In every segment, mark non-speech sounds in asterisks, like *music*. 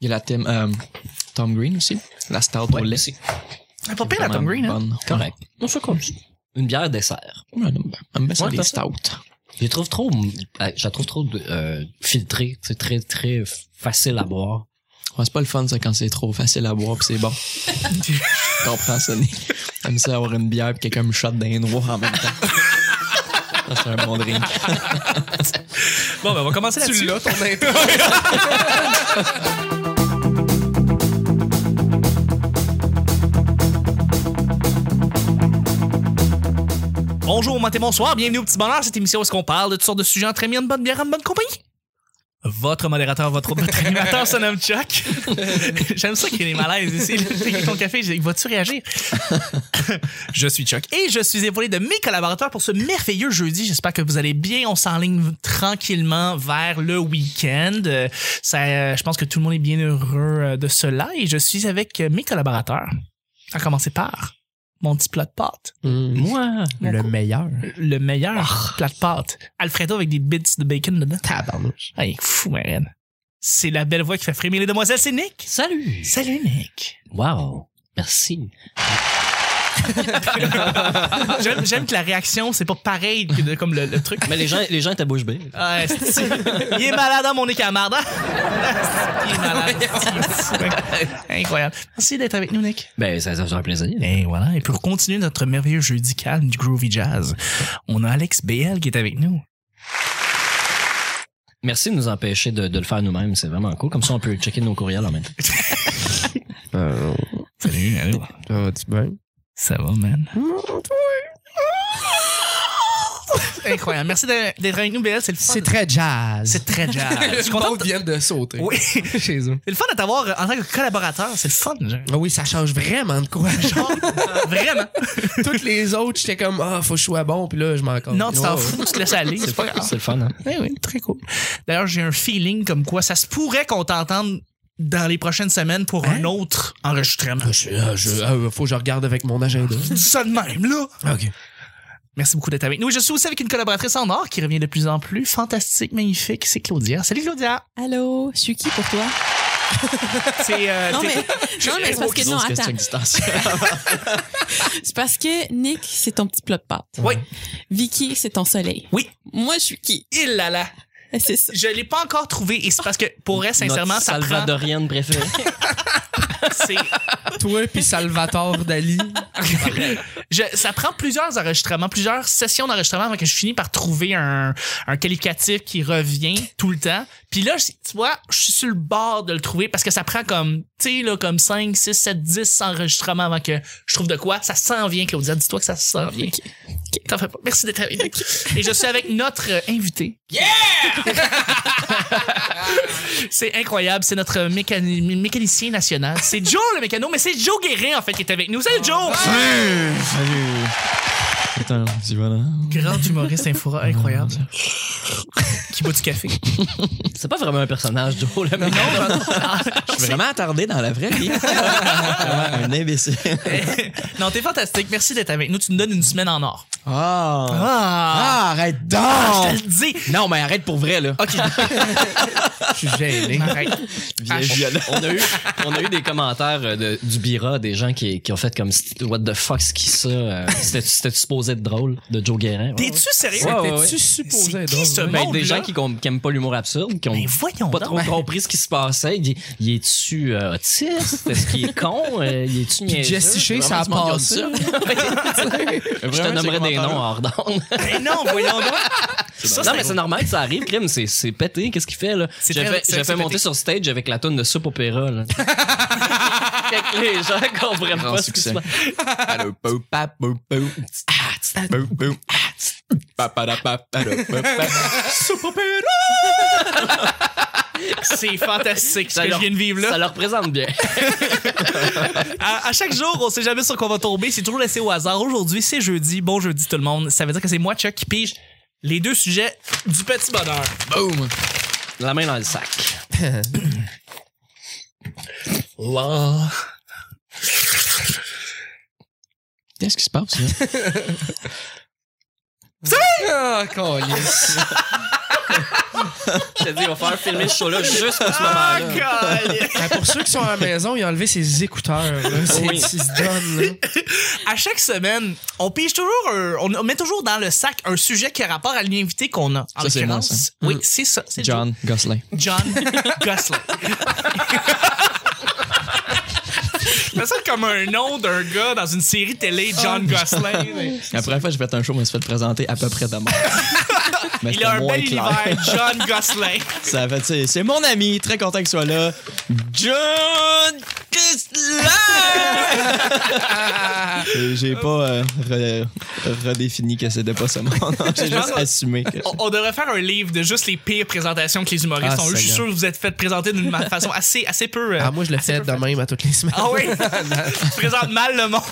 Il y a la thème euh, Tom Green aussi. La stout au Ouais, lait. aussi. Ah, Pas pire la Tom Green, hein. Bonne. Correct. Non, c'est comme une bière dessert. Ouais, ouais, j'aime bien. J'aime bien ça, Ouais, des t'as ça. stouts. Je les trouve trop, euh, je la trouve trop euh, filtrée. C'est très, très facile à boire. Ouais, c'est pas le fun, ça, quand c'est trop facile à boire pis c'est *laughs* bon. Je comprends ça, Nick. J'aime ça avoir une bière pis quelqu'un me shot d'un noir en même temps. Ça, c'est un bon drink. Bon, ben, on va commencer Tu là-dessus. l'as, ton intro. Bonjour, bon matin, bonsoir. Bienvenue au Petit Bonheur, cette émission où est-ce qu'on parle de toutes sortes de sujets entre amis, en bonne bière, en bonne compagnie. Votre modérateur, votre, votre animateur se nomme Chuck. *laughs* J'aime ça qu'il y ait des malaises *laughs* ici. Avec ton café, je dis, vas-tu réagir? Je suis Chuck. Et *laughs* je suis épaulé de mes collaborateurs pour ce merveilleux jeudi. J'espère que vous allez bien. On s'enligne tranquillement vers le week-end. Euh, Ça, euh, je pense que tout le monde est bien heureux euh, de cela. Et je suis avec euh, mes collaborateurs. À commencer par mon petit plat de pâte. Moi, Mon Le co- meilleur. le meilleur plat de pâte. Alfredo avec des bits de bacon dedans. Tabarnouche. Hey, fou, ma reine. C'est la belle voix qui fait frémir les demoiselles. C'est Nick. salut! Salut, Nick. Wow! Merci. *laughs* J'aime j'aime que la réaction, c'est pas pareil que de- comme le, le truc. Mais les gens, les gens étaient bouche bée. Ah, esti. il est malade, hein, mon écamarde. hein? Il est malade. esti. Ouais. Incroyable. Merci d'être avec nous, Nick. Ben, ça, ça faisait un plaisir. Et voilà. Et pour continuer notre merveilleux jeudi calme du Groovy Jazz, on a Alex BL qui est avec nous. Merci de nous empêcher de, de le faire nous-mêmes. C'est vraiment cool. Comme ça, on peut checker nos courriels en même temps. Euh, Salut, allô. ça va-tu bien? Ça va, man? Incroyable. Merci de- d'être avec nous, BL. C'est le fun. C'est très jazz. C'est très jazz. Je *laughs* suis Le content monde de- vient de sauter. Oui. *laughs* Chez eux. C'est le fun de t'avoir euh, en tant que collaborateur. C'est le fun, *laughs* genre. Ah oui, ça change vraiment de quoi. *laughs* Genre, Vraiment. toutes les autres, j'étais comme, ah, faut que je sois bon, puis là, je m'en Oh, compte. Non, tu t'en fous, tu te laisses aller. C'est pas grave. C'est le fun, hein? Oui, oui, très cool. D'ailleurs, j'ai un feeling comme quoi ça se pourrait qu'on t'entende dans les prochaines semaines pour un autre enregistrement. Je, ah, je- ah, faut que je regarde avec mon agenda. Je dis ça de même, là. OK. Merci beaucoup d'être avec nous. Je suis aussi avec une collaboratrice en or qui revient de plus en plus. Fantastique, magnifique. C'est Claudia. Salut, Claudia. Allô, je suis qui pour toi? C'est. euh, Non, t'es- Oh, mais, *laughs* *laughs* non, mais c'est parce que, Grosse question non, attends. existentielle. C'est parce que Nick, c'est ton petit plat de pâte. Oui. Vicky, c'est ton soleil. Oui. Moi, je suis qui? *laughs* Il là là. C'est ça. Je l'ai pas encore trouvé et c'est parce que pour vrai, sincèrement, Notre ça prend. Salvadorienne préférée. c'est- Toi puis Salvatore Dali. *laughs* Je- ça prend plusieurs enregistrements, plusieurs sessions d'enregistrement avant que je finis par trouver un, un qualificatif qui revient tout le temps. Puis là, je- tu vois, je suis sur le bord de le trouver parce que ça prend comme, tu sais, là, comme 5, 6, 7, 10 enregistrements avant que je trouve de quoi. Ça s'en vient, Claudia. Dis-toi que ça s'en vient. T'en fais pas. Merci d'être avec nous. Et je suis avec notre euh, invité. Yeah! *laughs* c'est incroyable. C'est notre mécani- mé- mécanicien national. C'est Joe le mécano, mais c'est Joe Guérin, en fait, qui est avec nous. Salut, Joe! Salut. C'est un petit bonheur. Grand humoriste infora incroyable. qui boit du café. C'est pas vraiment un personnage, Joe, là, mais Je suis vraiment attardé dans la vraie vie. Vraiment un imbécile. non, t'es fantastique. Merci d'être avec nous. Tu nous donnes une semaine en or. Ah. Ah! Ah, arrête Je te donc! le dis! *laughs* Non, mais arrête pour vrai, là. Ok, Je suis gêné. arrête. Viens, violent. *laughs* on a eu, on a eu des commentaires euh, de- du Bira, des gens qui, qui ont fait comme What the fuck, c'est qui ça? Euh, C'était c'était supposé être drôle de Joe Guérin. Ouais, T'es-tu sérieux? Ouais, ouais, ouais. T'es-tu supposé C'est être qui, drôle? ce ouais? Ben, monde, des là? gens qui com- qui aiment pas l'humour absurde, qui ont Mais voyons pas donc. trop compris ce qui se passait. Il, il est-tu euh, autiste? Est-ce qu'il est con? Euh, Il est-tu Puis niaiseux? Jesse Shea, ça a Vraiment, du monde *laughs* passé. comme Je te nommerai des noms hors d'onde. Mais Ben, non, voyons donc. Ça, Non, mais c'est normal que ça arrive, Crime. C'est- C'est pété. Qu'est-ce qu'il fait, là? C'est J'ai très- fait, c'est- j'ai c'est fait monter pété. sur stage avec la tonne de soupe *laughs* opéra, là. fait que les gens comprennent Grand pas ce qui se succès. passe. Allô, pou, pa, pou, pou. Ah, tss, pou, pou. Ah, tss, pa, pa, da, pa, pa, da, pa, pa. c'est fantastique ce Ça que je leur- viens de vivre Ça là. leur présente bien. À, à chaque jour, on sait jamais sur quoi on va tomber. C'est toujours laissé au hasard. Aujourd'hui, c'est jeudi. Bon jeudi tout le monde. Ça veut dire que c'est moi, Chuck, qui pige les deux sujets du petit bonheur. Boum! La main dans le sac. Wow. Qu'est-ce qui se passe, là? Ah, câlisse. Je te dis, on va faire filmer ce *laughs* show-là juste pour ce Ah, moment-là. *laughs* God! Ah, pour ceux qui sont à la maison, il a enlevé ses écouteurs. Là. C'est- Oui. Ils se donnent. là. À chaque semaine, on pige toujours, un- on met toujours dans le sac un sujet qui a rapport à l'invité qu'on a. En Ça, c'est moi, l'occurrence, ça. Mm. oui, c'est ça. c'est John Gosselin. *laughs* John Gosling. Je fais ça comme un nom d'un gars dans une série télé, Ah. John Gosling. La première fois que j'ai fait un show, je me suis fait présenter à peu près de *laughs* même. Mais Il c'était a un moins bel clair. hiver, *laughs* John Gosling. Ça a fait, tu sais, c'est mon ami, très content qu'il soit là. John *laughs* Gosselin! Et J'ai pas euh, re- redéfini que c'était pas ça mon *laughs* nom. J'ai juste assumé que. On, on devrait faire un livre de juste les pires présentations que les humoristes Ah, ont eues. Je suis Seigneur. sûr que vous êtes fait présenter d'une ma- façon assez, assez peu. euh, Ah, moi, je le assez fais peu de faite. même à toutes les semaines. Ah *laughs* oui? tu présentes mal le monde.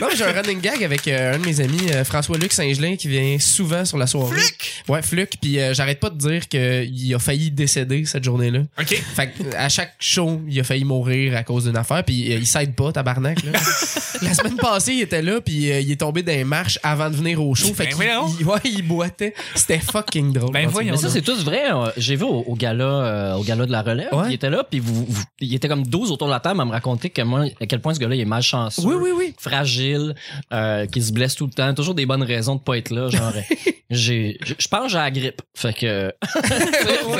Non, mais j'ai un running gag avec euh, un de mes amis, euh, François-Luc Saint-Gelin, qui vient souvent sur la soirée. Fluc! Ouais, Fluc. Puis euh, j'arrête pas de dire qu'il a failli décéder cette journée-là. OK. Fait que, à chaque show, il a failli mourir à cause d'une affaire, puis euh, il s'aide pas, *laughs* tabarnak. Là. la semaine passée, il était là, puis euh, il est tombé dans les marches avant de venir au show. Fait Ben qu'il voyons. il- ouais, il boitait. C'était fucking drôle. Ben En tout cas. voyons Mais ça, c'est tous vrai. Euh, J'ai vu au, au gala, euh, au gala de la relève. Ouais. Il était là, puis vous, vous- il était comme 12 autour de la table à me raconter que moi, à quel point ce gars-là il est malchanceux. Oui, oui, oui. fragile, euh, qui se blesse tout le temps, toujours des bonnes raisons de pas être là, *laughs* genre j'ai je je pense que j'ai la grippe. Fait que *laughs*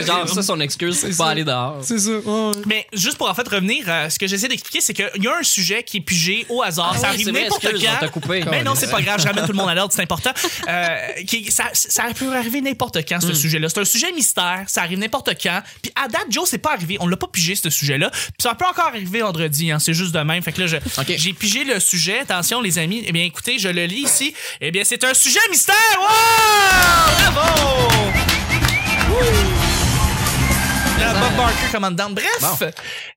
genre ça son excuse c'est pas aller dehors. C'est ça. ouais. Euh, Mais juste pour en fait revenir, euh, ce que j'essaie d'expliquer, c'est qu'il y a un sujet qui est pigé au hasard. ça Ah oui, arrive c'est vrai, n'importe excuse, on t'a quand. coupé. Mais non, c'est pas grave, je ramène tout le monde à l'ordre, c'est important. Euh, qui- ça, ça peut arriver n'importe quand, ce sujet-là. C'est un sujet mystère, ça arrive n'importe quand. Puis à date, Joe, c'est pas arrivé, on l'a pas pigé, ce sujet-là. Puis ça peut encore arriver vendredi, hein, c'est juste de même. Fait que là, je- j'ai pigé le sujet. Attention, les amis. Eh bien, écoutez, je le lis ici. Eh bien, c'est un sujet mystère! Wow! Bravo! Là, Bob Barker commandant. Bref,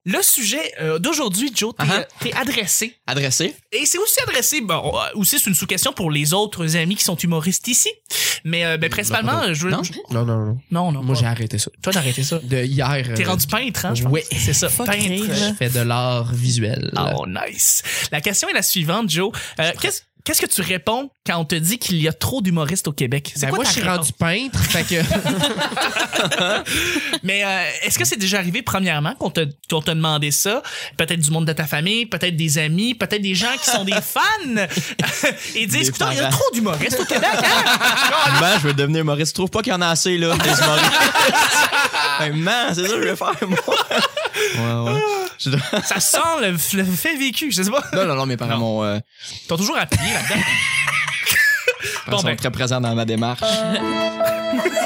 le sujet euh, d'aujourd'hui, Joe, t'es euh, Uh-huh. t'es adressé. Adressé? Et c'est aussi adressé, bon, euh, aussi c'est une sous-question pour les autres amis qui sont humoristes ici. Mais euh, ben, principalement, euh, je veux... Non? Non, non, non. non, non. Moi, pas- j'ai arrêté ça. Toi, d'arrêter ça. De hier. T'es euh, rendu peintre, hein, je pense. Ouais. C'est ça, Fuck peintre. rire, là. Je fais de l'art visuel. Oh, nice. La question est la suivante, Joe. Euh, Qu'est-ce qu'est-ce que tu réponds quand on te dit qu'il y a trop d'humoristes au Québec? C'est Ben, quoi moi, ta je suis réponse? rendu peintre, fait que. Mais euh, est-ce que c'est déjà arrivé, premièrement, qu'on te, qu'on te demandait ça? Peut-être du monde de ta famille, peut-être des amis, peut-être des gens qui sont des fans euh, et disent, Des écoute, il y a parents. trop d'humoristes au Québec, hein? Ben, je veux devenir humoriste. Tu trouves pas qu'il y en a assez, là, des *laughs* humoristes? Ben, man, c'est ça que je veux faire, moi. Ouais, ouais. Je- ça sent le, le fait vécu, je sais pas. Non, non, non, mes parents m'ont, euh, Ils t'ont toujours appuyé là-dedans. Bon, sont ben. très présents dans ma démarche. *laughs*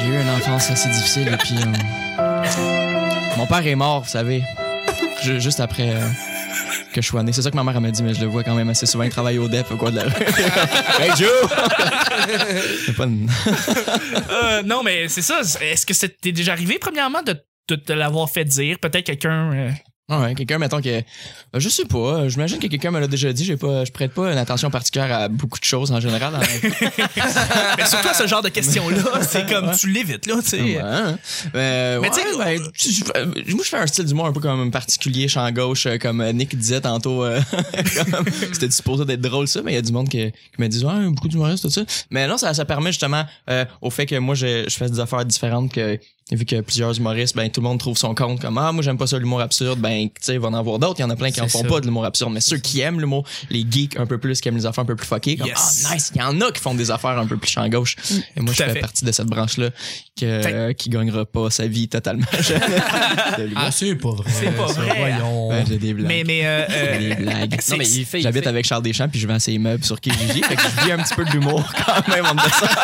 J'ai eu une enfance assez difficile et puis. euh, mon père est mort, vous savez. Ju- juste après euh, que je sois né. C'est ça que ma mère elle m'a dit, mais je le vois quand même assez souvent. Il travaille au DEP ou quoi de la rue. *laughs* hey Joe! *laughs* C'est pas une- Euh, non, mais c'est ça. Est-ce que c'était déjà arrivé, premièrement, de, de te l'avoir fait dire? Peut-être quelqu'un... euh, Ah Ouais, quelqu'un, mettons que. euh, Je sais pas, euh, j'imagine que quelqu'un me l'a déjà dit, j'ai pas, je prête pas une attention particulière à beaucoup de choses en général. dans la- Mais surtout à ce genre de *laughs* questions-là, c'est comme tu l'évites, là, tu sais. Ouais, hein. Mais, Mais ouais, tu sais- ouais, tu sais, je- euh, moi, je fais un style d'humour un peu comme particulier, champ gauche, euh, comme euh, Nick disait tantôt. euh, *laughs* comme- C'était supposé d'être drôle, ça, mais il y a du monde qui, qui me dit ah, beaucoup d'humoristes, tout ça. Mais non, ça, ça permet justement euh, au fait que moi, je, je fais des affaires différentes que. Vu que plusieurs humoristes, ben tout le monde trouve son compte comme ah moi j'aime pas ça l'humour absurde, ben tu sais il va en avoir d'autres, il y en a plein qui en C'est font ça. pas de l'humour absurde, mais ceux qui aiment l'humour, les geeks un peu plus, qui aiment les affaires un peu plus fuckées, comme Yes. ah nice, il y en a qui font des affaires un peu plus champ gauche. Et moi Tout je à fais fait. partie de cette branche là que, Fait- euh, qui gagnera pas sa vie totalement. *laughs* De l'humour. Ah, c'est pas vrai. C'est pas ça, vrai. Ben, Voyons. Ouais, j'ai des blagues. Mais, mais... euh, euh, J'ai des blagues. c'est- Non, mais il fait il J'habite fait- avec Charles Deschamps puis je vends ses meubles sur Kijiji, fait que je vis un petit peu de l'humour *laughs* quand même en dessous.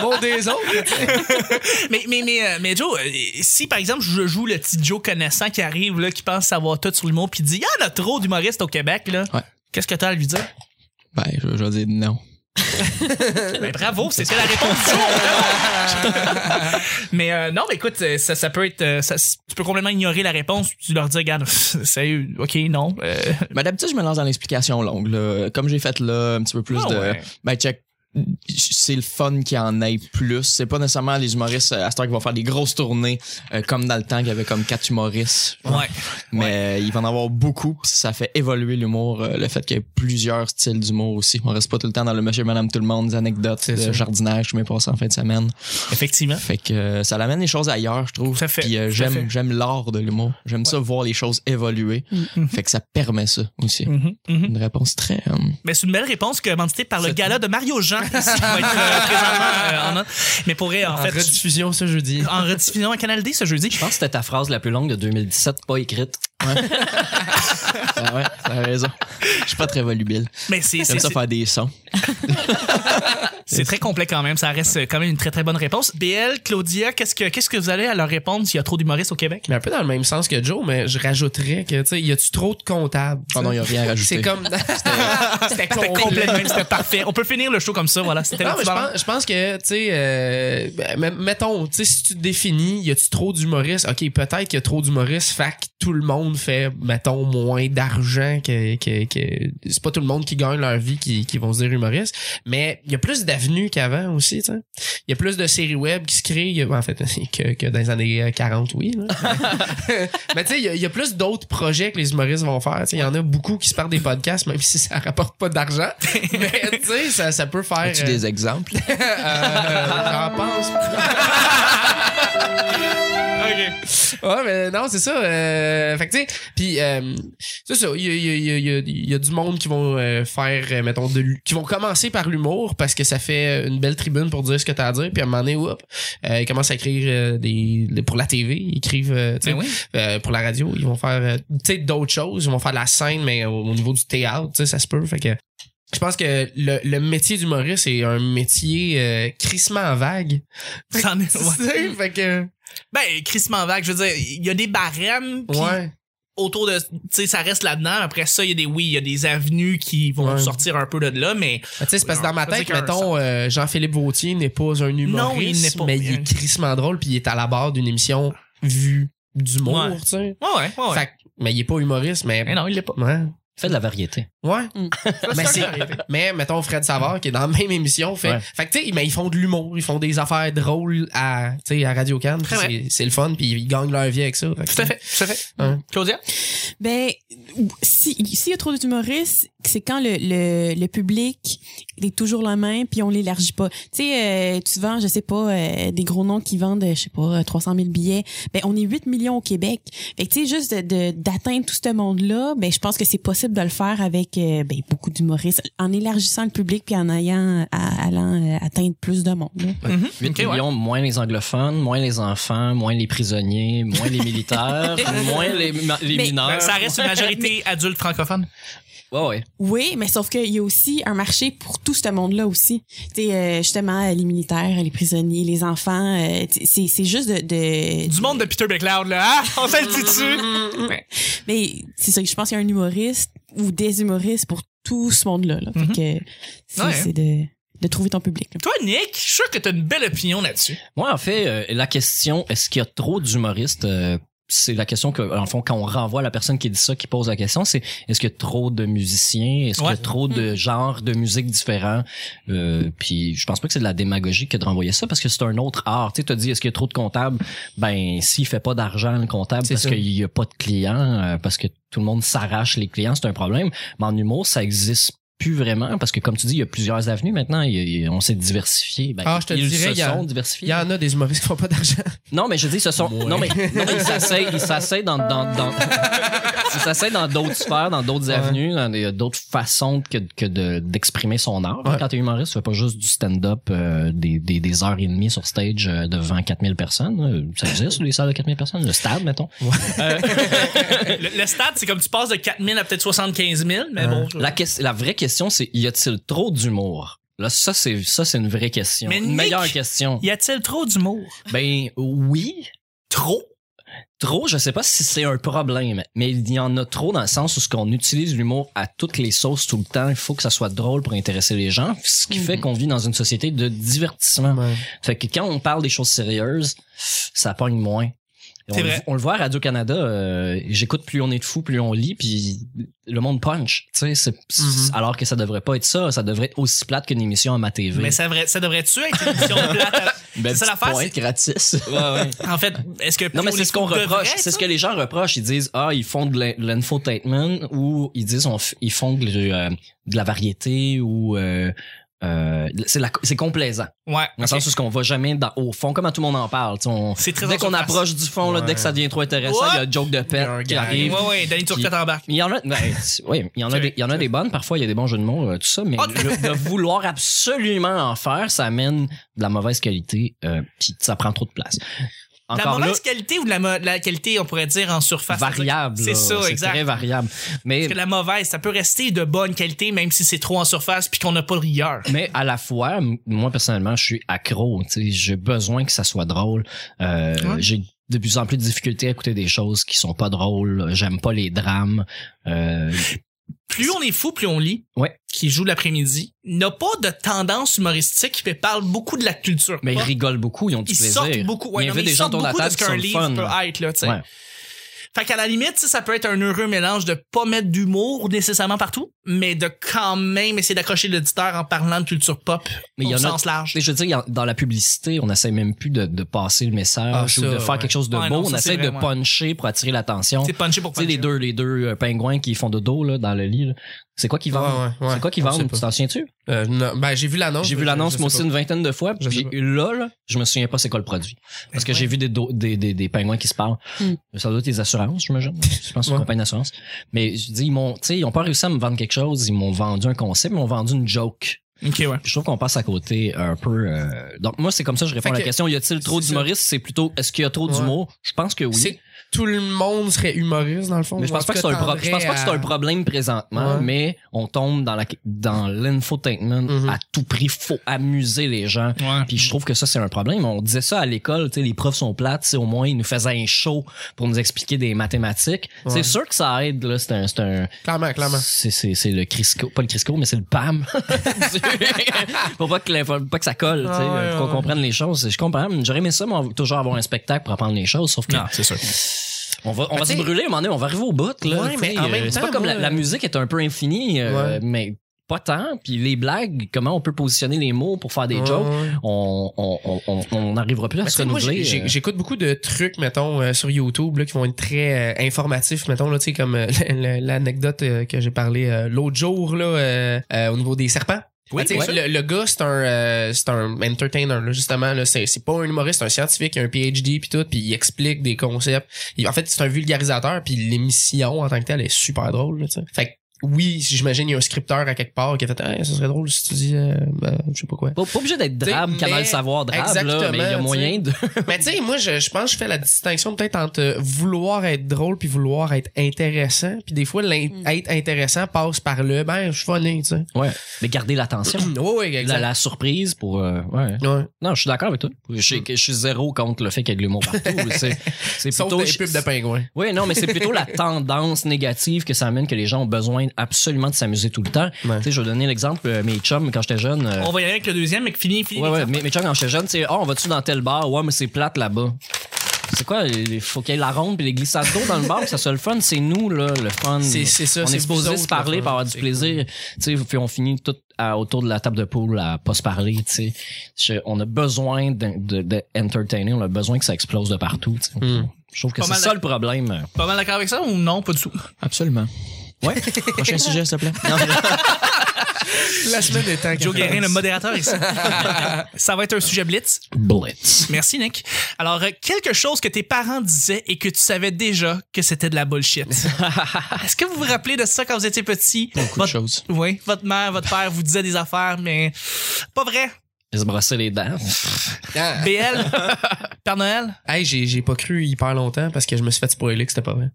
bon des autres. *laughs* Mais, mais, mais, euh, mais Joe, euh, si par exemple je joue le petit Joe connaissant qui arrive, là, qui pense savoir tout sur l'humour, puis dit il y en a trop d'humoristes au Québec, là. Ouais. Qu'est-ce que t'as à lui dire? Ben je, je vais dire non. Ben, bravo, c'était la réponse du jour! *laughs* mais euh, non, mais écoute, euh, ça, ça peut être. euh, ça- tu peux complètement ignorer la réponse, tu leur dis, regarde, *laughs* sérieux, ok, non. euh, Ben d'habitude je me lance dans l'explication longue là. comme j'ai fait là un petit peu plus Ah de ouais. ben check c'est le fun qu'il y en ait plus. C'est pas nécessairement les humoristes euh, à ce temps qui vont faire des grosses tournées euh, comme dans le temps qu'il y avait comme quatre humoristes. Ouais. Mais euh, il va en avoir beaucoup, puis ça fait évoluer l'humour, euh, le fait qu'il y ait plusieurs styles d'humour aussi. On reste pas tout le temps dans le monsieur, madame, tout le monde, des anecdotes, C'est de ça. jardinage, je m'ai passé en fin de semaine. Effectivement. Fait que euh, ça l'amène les choses ailleurs, je trouve. Ça fait, Puis euh, ça fait. Mm-hmm. j'aime j'aime l'art de l'humour. J'aime ça voir les choses évoluer. Mhm. Fait que ça permet ça aussi. Mhm, mhm. Une réponse très. *laughs* euh, Mais c'est une belle réponse commanditée par le C'est- gala de *laughs* Mario Jean qui va être euh, présentement euh, en ondes. Mais pour vrai, en, En, fait, tu- rediffusion ce jeudi. en rediffusion à Canal D ce jeudi. Je pense que c'était ta phrase la plus longue de 2017, pas écrite. Ah ouais, t'as raison. Je suis pas très volubile. Mais c'est c'est- J'aime ça c'est- faire des sons. c'est très complet quand même. Ça reste euh, quand même une très très bonne réponse. BL, Claudia, qu'est-ce que qu'est-ce que vous allez à leur répondre s'il y a trop d'humoristes au Québec? Mais un peu dans le même sens que Joe, mais je rajouterais que, tu sais, y a-tu trop de comptables? tu Oh non, sais? y a rien à rajouter. C'est comme. C'était Ah, C'était complètement, c'était parfait. On peut finir le show comme ça, voilà. C'était le Non, mais petit je bonheur. pense, je pense que, tu sais, euh, ben, mettons, tu sais, si tu te définis, y a-tu trop d'humoristes? OK, peut-être qu'il y a trop d'humoristes, fait que tout le monde fait, mettons, moins d'argent que, que, que- c'est pas tout le monde qui gagne leur vie qui, qui vont se dire humoriste, mais il y a plus d'avenues qu'avant aussi, tu sais. Il y a plus de séries web qui se créent, y a- en fait, *laughs* que, que dans les années 40, oui, là. *laughs* Mais tu sais, il y a- il y, a plus d'autres projets que les humoristes vont faire. Tu sais, Il y en a beaucoup qui se partent des podcasts, même si ça rapporte *laughs* pas d'argent. Mais tu sais, ça, ça peut faire. As-tu euh, des exemples? euh, *laughs* J'en pense. Ouais, mais non, c'est ça. Euh, fait que, tu sais, puis, euh, c'est ça. Il y a, il y a- il y a- il y a- il y a du monde qui vont euh, faire, euh, mettons, de, l'hu- qui vont commencer par l'humour parce que ça fait une belle tribune pour dire ce que t'as à dire. Puis à un moment donné, hop, euh, ils commencent à écrire euh, des, des- pour la TV. Ils écrivent, euh, tu sais, Ben oui. euh, pour la radio. Ils vont faire, euh, tu sais, d'autres choses. Ils vont faire de la scène, mais au, au niveau du théâtre, tu sais, ça se peut. Fait que, je pense que le, le métier d'humoriste est un métier euh, crissement vague. Ça en est- *laughs* Tu ouais. sais, fait que... Ben, crissement vague. Je veux dire, il y a des barèmes. puis Ouais. autour de tu sais ça reste là-dedans après ça il y a des oui il y a des avenues qui vont Ouais. sortir un peu de là mais Ah, Tu sais, c'est parce que dans ma Ça veut tête, dire qu'un mettons, euh, Jean-Philippe Vautier n'est pas un humoriste, Non, il n'est pas. mais il est crissement drôle puis il est à la barre d'une émission vue d'humour, Ouais. tu sais. ouais ouais, ouais, ouais. Fait que- mais il est pas humoriste, mais... Mais non il l'est pas Ouais. Fais de la variété. Ouais. Mm. mais, c'est c'est- mais mettons Fred Savard qui est dans la même émission fait, Ouais. fait que tu sais mais ils font de l'humour ils font des affaires drôles à tu sais à Radio Cannes Très c'est c'est le fun puis ils gagnent leur vie avec ça Fait que- tout à fait tout à fait Ouais. Claudia Ben, si- s'il y a trop d'humoristes, c'est quand le, le, le public est toujours le même, puis on l'élargit pas. Tu sais, euh, tu vends, je sais pas, euh, des gros noms qui vendent, euh, je sais pas, euh, 300 000 billets. Ben, on est 8 millions au Québec. Fait que, tu sais, juste de- de- d'atteindre tout ce monde-là, ben, je pense que c'est possible de le faire avec euh, ben, beaucoup d'humoristes, en élargissant le public, puis en ayant, à- allant euh, atteindre plus de monde. là. 8 Ok, ouais. millions, moins les anglophones, moins les enfants, moins les prisonniers, moins les *laughs* militaires, moins les, ma- les Mais- mineurs. Ben, ça reste une majorité adulte francophone Ouais, ouais. Oui, mais sauf qu'il y a aussi un marché pour tout ce monde-là aussi. Tu sais, euh, justement, euh, les militaires, les prisonniers, les enfants, euh, tu sais, c'est c'est juste de, de- du monde de Peter Beckloud là hein? on fait le titu Mais c'est ça, je pense qu'il y a un humoriste ou des humoristes pour tout ce monde-là. là. Fait Mhm. que c'est Ouais. c'est de, de trouver ton public. là. toi Nick je suis sûr que t'as une belle opinion là-dessus Moi, en fait, euh, la question, est-ce qu'il y a trop d'humoristes euh, c'est la question que, en fond, quand on renvoie à la personne qui dit ça, qui pose la question, c'est est-ce qu'il y a trop de musiciens, est-ce qu'il Ouais. y a trop de genres de musique différents, Euh, puis je pense pas que c'est de la démagogie que de renvoyer ça parce que c'est un autre art. Tu sais, t'as dit est-ce qu'il y a trop de comptables Ben, s'il fait pas d'argent le comptable C'est parce ça. qu'il y a pas de clients, euh, parce que tout le monde s'arrache les clients, c'est un problème. Mais en humour, ça existe plus vraiment parce que comme tu dis, il y a plusieurs avenues maintenant. Il y a- il y a- on s'est diversifié. Ben, Ah, je te ils dirais, se il y a- sont il diversifiés. y en a des humoristes qui font pas d'argent Non, mais je dis, ce sont. Non, mais, non, mais ils s'asseyent, ils s'asseyent dans, dans, dans, *laughs* ils s'asseyent dans d'autres sphères, dans d'autres Ouais. avenues, dans des- d'autres façons que, que de, d'exprimer son art. Ouais. Quand t'es humoriste, tu fais pas juste du stand-up, euh, des, des, des heures et demie sur stage euh, devant 4000 personnes. Euh, Ça existe, les salles de 4000 personnes? Le stade, mettons. le, le stade c'est comme tu passes de 4000 à peut-être 75 000 mais bon je- La, ques- la vraie question, c'est y a-t-il trop d'humour? Là, ça, c'est, ça, c'est une vraie question. Mais une Nick- meilleure question. y a-t-il trop d'humour Ben, oui, trop trop, je sais pas si c'est un problème, mais il y en a trop dans le sens où ce qu'on utilise l'humour à toutes les sauces tout le temps, il faut que ça soit drôle pour intéresser les gens, ce qui Mhm. fait qu'on vit dans une société de divertissement. Fait que quand on parle des choses sérieuses, ça pogne moins. Et on, C'est le- vrai. on le voit à Radio-Canada, euh, j'écoute plus on est de fou, plus on lit, puis le monde punch. Tu sais, c'est- c'est- Mhm. Alors que ça devrait pas être ça, ça devrait être aussi plate qu'une émission à ma TV. Mais ça, devrait- ça devrait-tu être une émission plate à- Ben, C'est ça l'affaire, c'est- gratis. *laughs* *laughs* En fait, est-ce que. Non, mais c'est ce qu'on devrait, reproche. ça? C'est ce que les gens reprochent. Ils disent, ah, ils font de l'in- de l'infotainment ou ils disent, on f- ils font de, euh, de la variété ou... euh, euh, c'est la- c'est complaisant. Ouais. Dans le sens où ce qu'on va jamais dans- au fond, comme à tout le monde en parle. tu sais, on- C'est très dès en qu'on surface. approche du fond, là, dès que ça devient trop intéressant, il y a un joke de Il y a un pète qui gag. arrive. Ouais, ouais, Danny Turcotte embarque. Mais il y en a, ouais, c'est- ouais, il y en a C'est Ah, des, il y en a des bonnes. Parfois, il y a des bons jeux de mots, euh, tout ça. Mais le- de vouloir absolument en faire, ça amène de la mauvaise qualité. Euh, Puis ça prend trop de place. De la Encore là, mauvaise qualité ou de la, mo- de la qualité, on pourrait dire, en surface? variable. C'est là, ça, exact. Très variable. Mais, Parce que la mauvaise, ça peut rester de bonne qualité, même si c'est trop en surface puis qu'on n'a pas de rigueur. mais à la fois, m- moi personnellement, je suis accro. tu sais, J'ai besoin que ça soit drôle. Euh, Ouais. J'ai de plus en plus de difficultés à écouter des choses qui sont pas drôles. J'aime pas les drames. Euh, Plus on est fou, plus on lit. Ouais. Qui joue l'après-midi. N'a pas de tendance humoristique qui parle beaucoup de la culture. mais ils pop. rigolent beaucoup, ils ont du ils plaisir. sortent beaucoup. Ouais, Il y non, avait mais des ils gens sortent autour de la beaucoup de table ce qui sont qu'un le livre fun. peut là. être, là, tu sais. Ouais. Fait qu'à la limite, tu sais, ça peut être un heureux mélange de pas mettre d'humour nécessairement partout, mais de quand même essayer d'accrocher l'auditeur en parlant de culture pop Mais il y au en a sens large. Et je veux dire, il y a- dans la publicité, on n'essaie même plus de, de passer le Ah, message ça, ou de faire ouais. quelque chose de Ouais, beau. non, ça, on c'est essaie de vrai, ouais. puncher pour attirer l'attention. C'est Tu punché pour sais, puncher. les deux, les deux euh, pingouins qui font de dos là, dans le lit. là. C'est quoi qu'ils vendent? Ouais, ouais, ouais. C'est quoi qu'ils On sait vendent? pas. Tu t'en souviens-tu? Euh, non, ben, j'ai vu l'annonce. J'ai vu mais l'annonce, je moi sais aussi, pas. une vingtaine de fois. Je sais Puis pas. Ben là, là, je me souviens pas c'est quoi le produit. Parce que j'ai vu des, do- des, des, des pingouins qui se parlent. Euh, Hmm. Ça doit être des assurances, j'imagine. Je pense aux Ouais. compagnies d'assurance. Mais je dis, ils m'ont, tu sais, ils ont pas réussi à me vendre quelque chose. Ils m'ont vendu un concept, ils m'ont vendu une joke. Ok, ouais. Je trouve qu'on passe à côté un peu. euh, Donc, moi, c'est comme ça que je réponds Fait à la que- question. Y a-t-il trop c'est d'humoristes? C'est plutôt, est-ce qu'il y a trop Ouais. d'humour? Je pense que oui. C'est- Tout le monde serait humoriste, dans le fond. Mais je pense pas que c'est un, pro- je pense pas que c'est un problème présentement, Ouais. mais on tombe dans la dans l'infotainment Mhm. à tout prix. Faut amuser les gens. Ouais. Puis je trouve que ça, c'est un problème. On disait ça à l'école, tu sais, les profs sont plates, tu sais, au moins ils nous faisaient un show pour nous expliquer des mathématiques. Ouais. C'est sûr que ça aide, là, c'est un, c'est un, Clairement, clairement. c'est, c'est, c'est le Crisco, pas le Crisco, mais c'est le PAM. Du- *laughs* pour pas que, l'info- pas que ça colle, tu sais, Ah ouais, qu'on ouais. comprenne les choses. Je comprends, mais j'aurais aimé ça, moi, toujours avoir un spectacle pour apprendre les choses, sauf que c'est sûr. on va, on va Mais se Ben, tu sais- brûler, à un moment donné, on va arriver au bout, là. Ouais, tu mais sais, en euh, même c'est temps, pas comme moi, la, la musique est un peu infinie, euh, Ouais. mais pas tant. Puis les blagues, comment on peut positionner les mots pour faire des Ouais, jokes, ouais. on on- on- on n'arrivera plus à Parce se que moi, renouveler. j'ai- j'ai- euh. j'écoute beaucoup de trucs, mettons, euh, sur YouTube, là, qui vont être très euh, informatifs, mettons, là, tu sais, comme euh, *laughs* l'anecdote euh, que j'ai parlé euh, l'autre jour, là, euh, euh, au niveau des serpents. Oui, Ah, tu sais, ouais. le, le gars, c'est un, euh, c'est un entertainer, là, justement. Là, c'est, c'est pas un humoriste, c'est un scientifique, il a un PhD, puis tout, puis il explique des concepts. Il- en fait, c'est un vulgarisateur, puis l'émission en tant que telle est super drôle. Là, tu sais. fait que, oui, j'imagine il y a un scripteur à quelque part qui a fait Ah, ça serait drôle si tu dis euh, ben, je sais pas quoi. Pas, pas obligé d'être T'sais, drabe, mais- canal savoir drabe, là, mais il y a Exactement, moyen de. *laughs* Mais tu sais, moi, je, je pense que je fais la distinction peut-être entre vouloir être drôle puis vouloir être intéressant. Puis des fois, l'in- Mm. être intéressant passe par le ben, je suis funny, tu sais. Ouais. Mais garder l'attention. *clears throat* Ouais, ouais, la, exact. la surprise pour. euh, ouais. Ouais. Non, je suis d'accord avec toi. Je, Mm. suis- je suis zéro contre le fait qu'il y ait de l'humour partout. *laughs* c'est c'est Sauf plutôt. des pubs de pingouins. Oui, non, mais c'est plutôt la tendance négative que ça amène que les gens ont besoin absolument de s'amuser tout le temps. Ouais. Tu sais, je vais donner l'exemple, euh, mes chums, quand j'étais jeune. euh, On va y aller avec le deuxième, mais fini, fini. ouais, ouais, mes, mes chums, quand j'étais jeune, c'est oh, on va-tu dans tel bar? Ouais, mais c'est plate là-bas. C'est quoi? Il faut qu'il y ait la ronde puis les glissades d'eau dans le bar, puis ça soit le fun. C'est nous, là, le fun. C'est c'est ça. on c'est est vous supposé autres, se parler là, pour avoir du c'est plaisir. Tu sais, puis on finit tout à- autour de la table de poule à pas se parler. Tu sais, Je- on a besoin d'entertainer, de, de entertainer, on a besoin que ça explose de partout. tu sais. cool. Hmm. Je trouve que Pas c'est mal ça d'ac- le problème. Pas mal d'accord avec ça ou non? Pas du tout. Absolument. Ouais. Prochain sujet, s'il te *laughs* plaît. La semaine est en Joe Guérin, conférence. le modérateur *laughs* ici. ça va être un sujet blitz. Blitz. Merci, Nick. Alors, euh, quelque chose que tes parents disaient et que tu savais déjà que c'était de la bullshit. *laughs* Est-ce que vous vous rappelez de ça quand vous étiez petit? Beaucoup de choses. Oui, votre mère, votre père vous disait des affaires, mais pas vrai. Et se brosser les Ben, dents. Ah. *laughs* BL, Père Noël, Hey, j'ai j'ai pas cru hyper longtemps parce que je me suis fait spoiler que c'était pas vrai.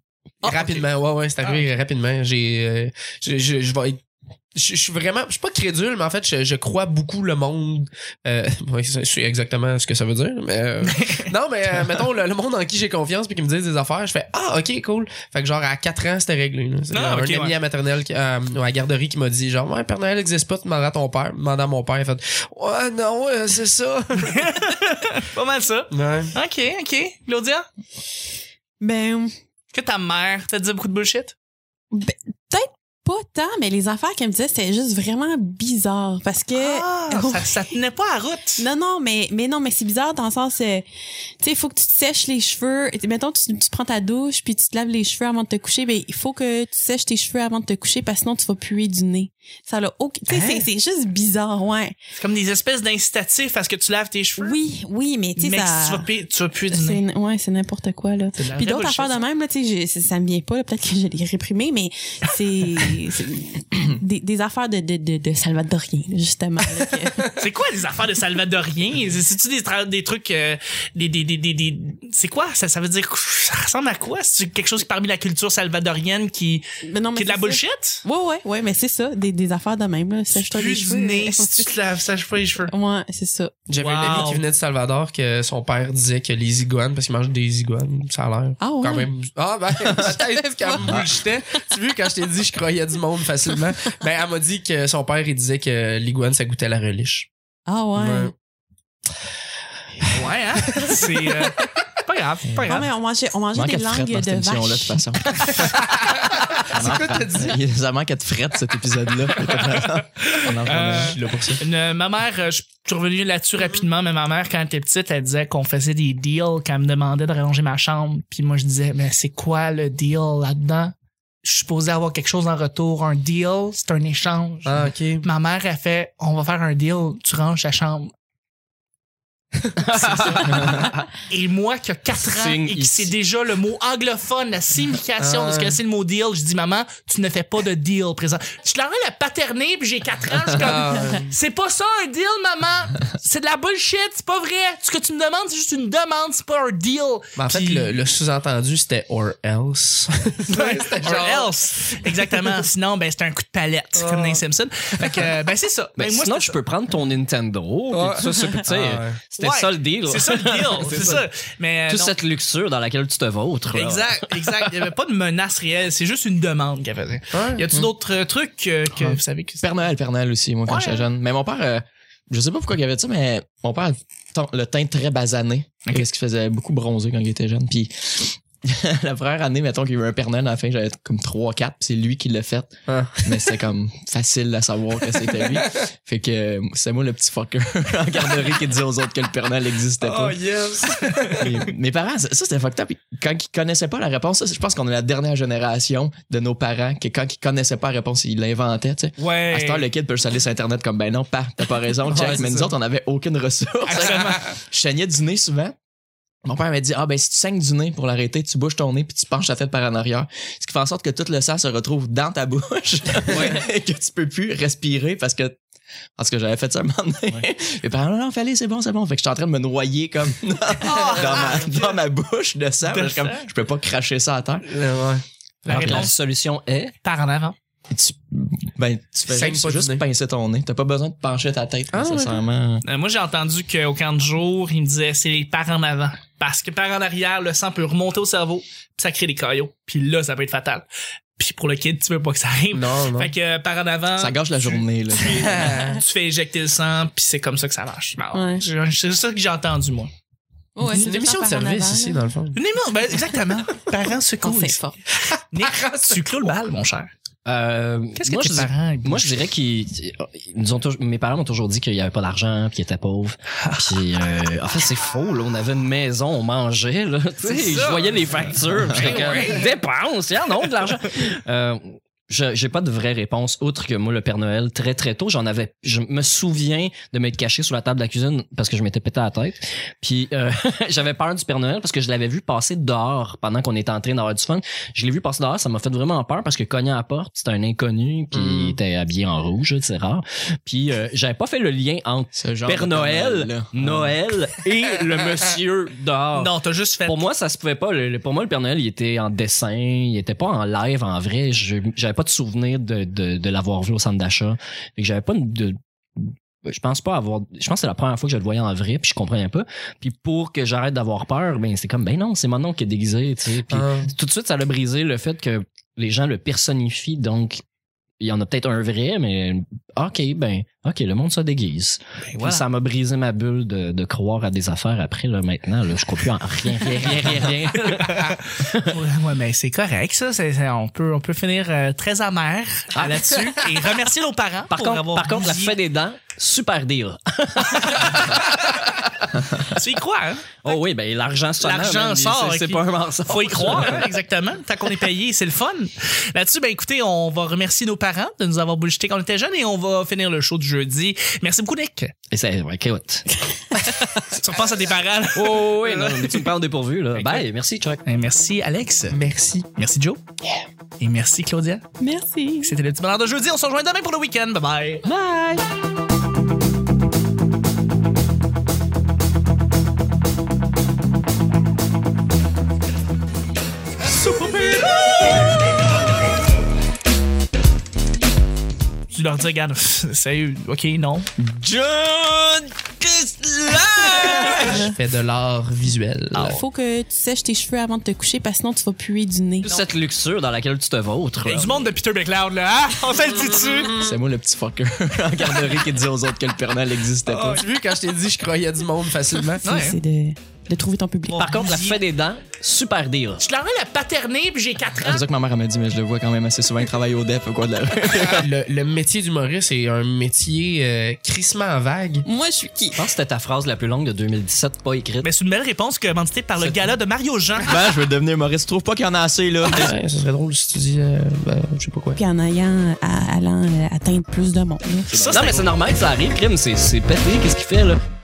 Ah, rapidement, ouais, ouais, c'est arrivé rapidement. J'ai, euh, je, je, je vais être- je, je suis vraiment, je suis pas crédule, mais en fait, je, je crois beaucoup le monde. Euh, *laughs* ouais, je sais exactement ce que ça veut dire. *laughs* Mais euh, non, mais euh, mettons le, le monde en qui j'ai confiance puis qui me disent des affaires, je fais ah ok cool. Fait que genre à 4 ans c'était réglé. Là. C'est Ah, genre ok, un ami ouais. à maternelle, qui- euh, à la garderie qui m'a dit genre ouais Père Noël existe pas, tu demandes à ton père, demande à mon père, il fait ouais non euh, c'est ça. pas mal ça. ouais. OK, OK. Claudia? Ben, Que ta mère t'a dit beaucoup de bullshit? pas tant, mais les affaires qu'elle me disait, c'était juste vraiment bizarre. Parce que. Ah, Oh. ça, ça tenait pas à route. Non, non, mais, mais non, mais c'est bizarre dans le sens, euh, tu sais, il faut que tu te sèches les cheveux. Et Mettons, tu, tu prends ta douche, puis tu te laves les cheveux avant de te coucher. Ben, il faut que tu sèches tes cheveux avant de te coucher, parce que sinon, tu vas puer du nez. Ça l'a aucun- Tu sais, Hein? c'est- c'est juste bizarre, ouais. C'est comme des espèces d'incitatifs à ce que tu laves tes cheveux. Oui, oui, mais tu sais, mais ça. tu vas pu- tu vas plus du nez. c'est, ouais, c'est n'importe quoi, là. C'est de la Puis vraie d'autres bullshit, affaires de même, là, tu sais, j'ai- c'est- ça me vient pas, là, peut-être que je l'ai réprimé, mais c'est, *coughs* c'est des, des affaires de, de, de, de Salvadorien, justement. là, que- C'est quoi les affaires de Salvadorien? C'est-tu des, tra- des trucs. euh, des, des, des, des, des- C'est quoi? Ça, ça veut dire. Ça ressemble à quoi? C'est quelque chose parmi la culture salvadorienne qui, mais non, mais qui est de la *laughs* c'est ça. bullshit? Ouais, ouais, ouais, mais c'est ça, des, des affaires de même, là. Sèche-toi les Plus du cheveux. euh, nez si tu te laves, sèche pas les cheveux. Ouais, c'est ça. J'avais un Wow. ami qui venait de Salvador que son père disait que les iguanes, parce qu'il mange des iguanes, ça a l'air. Ah ouais. Quand même. Ah, ben, peut-être qu'elle me bullshitait. Tu vois, quand je t'ai dit, je croyais du monde facilement. Ben, elle m'a dit que son père, il disait que l'iguane, ça goûtait la reliche. Ah ouais. Ouais. Ouais, hein? C'est. euh, pas grave, pas Ah, grave. mais on mangeait, on mangeait manque des à te langues frette dans de cette émission-là, de toute vache. façon. C'est quoi t'as dit? Ça manque à te frette, cet épisode-là. On en parle. Euh, Je suis là pour ça. Une- ma mère, euh, je suis revenu là-dessus rapidement, mais ma mère, quand elle était petite, elle disait qu'on faisait des deals, qu'elle me demandait de ranger ma chambre. Puis moi, je disais, mais c'est quoi le deal là-dedans? Je suis supposé avoir quelque chose en retour. Un deal, c'est un échange. Ah, ok. Ma mère, elle fait, on va faire un deal, tu ranges ta chambre. C'est ça. *laughs* Et moi qui a 4 ans Signe et qui ici. sait déjà le mot anglophone, la signification de ce Ah. que c'est le mot deal, je dis maman, tu ne fais pas de deal présent. Je leur ai la paternée puis j'ai 4 ans, je suis comme Ah, c'est pas ça un deal, maman. C'est de la bullshit, c'est pas vrai. Ce que tu me demandes, c'est juste une demande, c'est pas un deal. ben, en fait, Puis- *laughs* le, le sous-entendu, c'était or else. C'était genre- Ah. Or else. Exactement. Sinon, ben, c'est un coup de palette, comme dans les Simpsons. Fait que, euh, ben, c'est ça. Ben, Ben, moi, sinon, c'était je peux prendre ton Nintendo. puis Ouais. tout ça, c'est- tu sais, Ah ouais. C'était Ouais. ça le deal. C'est ça le deal, c'est ça. Mais euh, Toute non. cette luxure dans laquelle tu te vautres. là. Exact, exact. Il n'y avait pas de menace réelle, c'est juste une demande qu'elle faisait. Ouais. Y a-tu d'autres euh, trucs euh, que Ouais. vous savez que c'est. Père Noël, Père Noël aussi, moi, quand Ouais. j'étais jeune. Mais mon père, euh, je sais pas pourquoi il avait ça, mais mon père a le teint- le teint très basané. Qu'est-ce qui faisait beaucoup bronzer quand il était jeune. Puis *laughs* la première année, mettons qu'il y a eu un Père Noël à la fin, j'avais comme 3-4, puis c'est lui qui l'a fait. Ah. Mais c'était comme facile à savoir que c'était lui. Fait que euh, c'est moi le petit fucker *laughs* en garderie qui disait aux autres que le Père Noël n'existait pas. yes! Mes- mes parents, ça, ça, c'était fucked up. Puis Quand ils connaissaient pas la réponse, ça, je pense qu'on est la dernière génération de nos parents que quand ils connaissaient pas la réponse, ils l'inventaient, tu sais. Ouais. À cette *laughs* heure, le kid peut s'aller sur Internet comme ben non, pas, t'as pas raison, Ouais, Jack, c'est mais nous ça. Ah. autres, on avait aucune ressource. je saignais du nez souvent. Mon père m'a dit Ah, ben si tu saignes du nez pour l'arrêter, tu bouges ton nez puis tu penches ta tête par en arrière. Ce qui fait en sorte que tout le sang se retrouve dans ta *laughs* bouche *laughs* et que tu peux plus respirer parce que. Parce que j'avais fait ça un moment donné. Mes parents, non, non, fais aller, c'est bon, c'est bon. Fait que j'étais en train de me noyer comme dans, ma, dans ma bouche de sang. Ah, De Je suis comme, sang. je peux pas cracher ça à terre. Ouais. *laughs* La La réponse solution est. par en avant. Et tu, ben, tu fais Saigne juste, pas du juste nez. pincer ton nez. T'as pas besoin de pencher ta tête Ah, ouais. nécessairement. Euh, moi, j'ai entendu qu'au camp de jour, il me disait c'est les par en avant. Parce que par en arrière, le sang peut remonter au cerveau, puis ça crée des caillots. Puis là, ça peut être fatal. Puis pour le kid, tu veux pas que ça Mm. arrive. Non, non. Fait que euh, par en avant, Ça gâche la journée, là. *laughs* tu fais éjecter le sang, puis c'est comme ça que ça marche. Bon, Ouais. je- C'est ça que j'ai entendu, moi. Ouais, c'est une émission de *laughs* service ici, dans le fond. Mais non, ben, exactement. Parents se *laughs* On s'informe. Nick, tu clôt le bal, mon cher. Euh, Qu'est-ce moi, que je tes dis- parents... ils- Moi, je dirais qu'ils ils nous ont toujours- mes parents m'ont toujours dit qu'il n'y avait pas d'argent, puis qu'ils *laughs* étaient pauvres. Puis, euh, en fait, c'est faux. Là, on avait une maison, on mangeait. Là, Tu sais, C'est ça. je voyais les factures. puis j'étais comme, dépense, il y en a *laughs* de l'argent. Euh, je- j'ai pas de vraie réponse outre que moi le Père Noël très très tôt j'en avais je me souviens de m'être caché sous la table de la cuisine parce que je m'étais pété la tête puis euh, *laughs* j'avais peur du Père Noël parce que je l'avais vu passer dehors pendant qu'on était en train d'avoir du fun je l'ai vu passer dehors, ça m'a fait vraiment peur parce que cognant à la porte, c'était un inconnu, puis Mm. il était habillé en rouge, c'est rare. Puis euh, j'avais pas fait le lien entre Ce genre de Père Noël, là. Ah. Noël et le monsieur dehors. Non, t'as juste fait... Pour moi, ça se pouvait pas. Le- le- pour moi, le Père Noël, il était en dessin, il était pas en live, en vrai. Je- J'avais pas de souvenir de, de, de l'avoir vu au centre d'achat. Fait que j'avais pas de, je pense pas avoir je pense que c'est la première fois que je le voyais en vrai puis je comprenais pas puis pour que j'arrête d'avoir peur ben c'est comme ben non c'est mon nom qui est déguisé tu sais puis Ah. tout de suite ça l'a brisé le fait que les gens le personnifient donc il y en a peut-être un vrai mais ok ben OK, le monde se déguise. Puis Ben, voilà. ça m'a brisé ma bulle de, de croire à des affaires après, là, maintenant. Là, je crois plus en rien, rien, *laughs* rien, rien, rien. *laughs* Ouais, ouais, mais c'est correct, ça. C'est- c'est- on, peut, on peut finir euh, très amer euh, *laughs* là-dessus et remercier nos parents Ah. Par, pour contre, avoir par contre, la bousillé. fin des dents, *laughs* super deal. Tu y crois, hein? Oh oui, ben l'argent sort. L'argent sort, C'est ok. pas un mensonge. Faut y croire, *laughs* hein, exactement. Tant qu'on est payé, c'est le fun. Là-dessus, ben écoutez, on va remercier nos parents de nous avoir bullshité quand on était jeunes et on va finir le show du jeudi. Merci beaucoup, Nick. Et c'est ouais, caoute. Tu repenses à tes parents. là. Ben, Oh oui, *laughs* non, mais tu me parles au dépourvu, là. Bye, merci, Chuck. Et Euh, Merci, Alex. Merci. Merci, Joe. Et merci, Claudia. Merci. C'était le petit bonheur de jeudi. On se rejoint demain pour le week-end. Bye bye. Bye. Tu leur dis, regarde, pff, sérieux, OK, non. John Je fais de l'art visuel. Faut que tu sèches tes cheveux avant de te coucher parce que sinon tu vas puer du nez. Cette luxure dans laquelle tu te vautres. Il y a Ben, là. du monde de Peter McLeod, là. hein? On fait le dit dessus. C'est moi le petit fucker *laughs* en garderie qui disait aux autres que le Père Noël n'existait pas. Ah. T'as vu quand je t'ai dit je croyais du monde facilement? Tu sais, C'est de, de trouver ton public. Par contre, la fin des dents, super deal. Je leur ai la paternée, puis j'ai 4 C'est ans. pour ça que ma mère m'a dit, mais je le vois quand même assez souvent, il travaille au DEP ou quoi de la rue. *laughs* *laughs* le, le métier d'humoriste est un métier euh, crissement vague. Moi, je suis qui? Je pense que c'était ta phrase la plus longue de 2017, pas écrite. Ben, c'est une belle réponse que mandité par le gala de Mario Jean. Ben, je veux devenir Maurice, trouve pas qu'il y en a assez, là. Ouais, ça serait drôle si tu dis, euh, ben, je sais pas quoi. Puis en ayant, à- allant euh, atteindre plus de monde. là. Ça, non, mais c'est normal que ça arrive, crime. C'est c'est pété, qu'est-ce qu'il fait, là?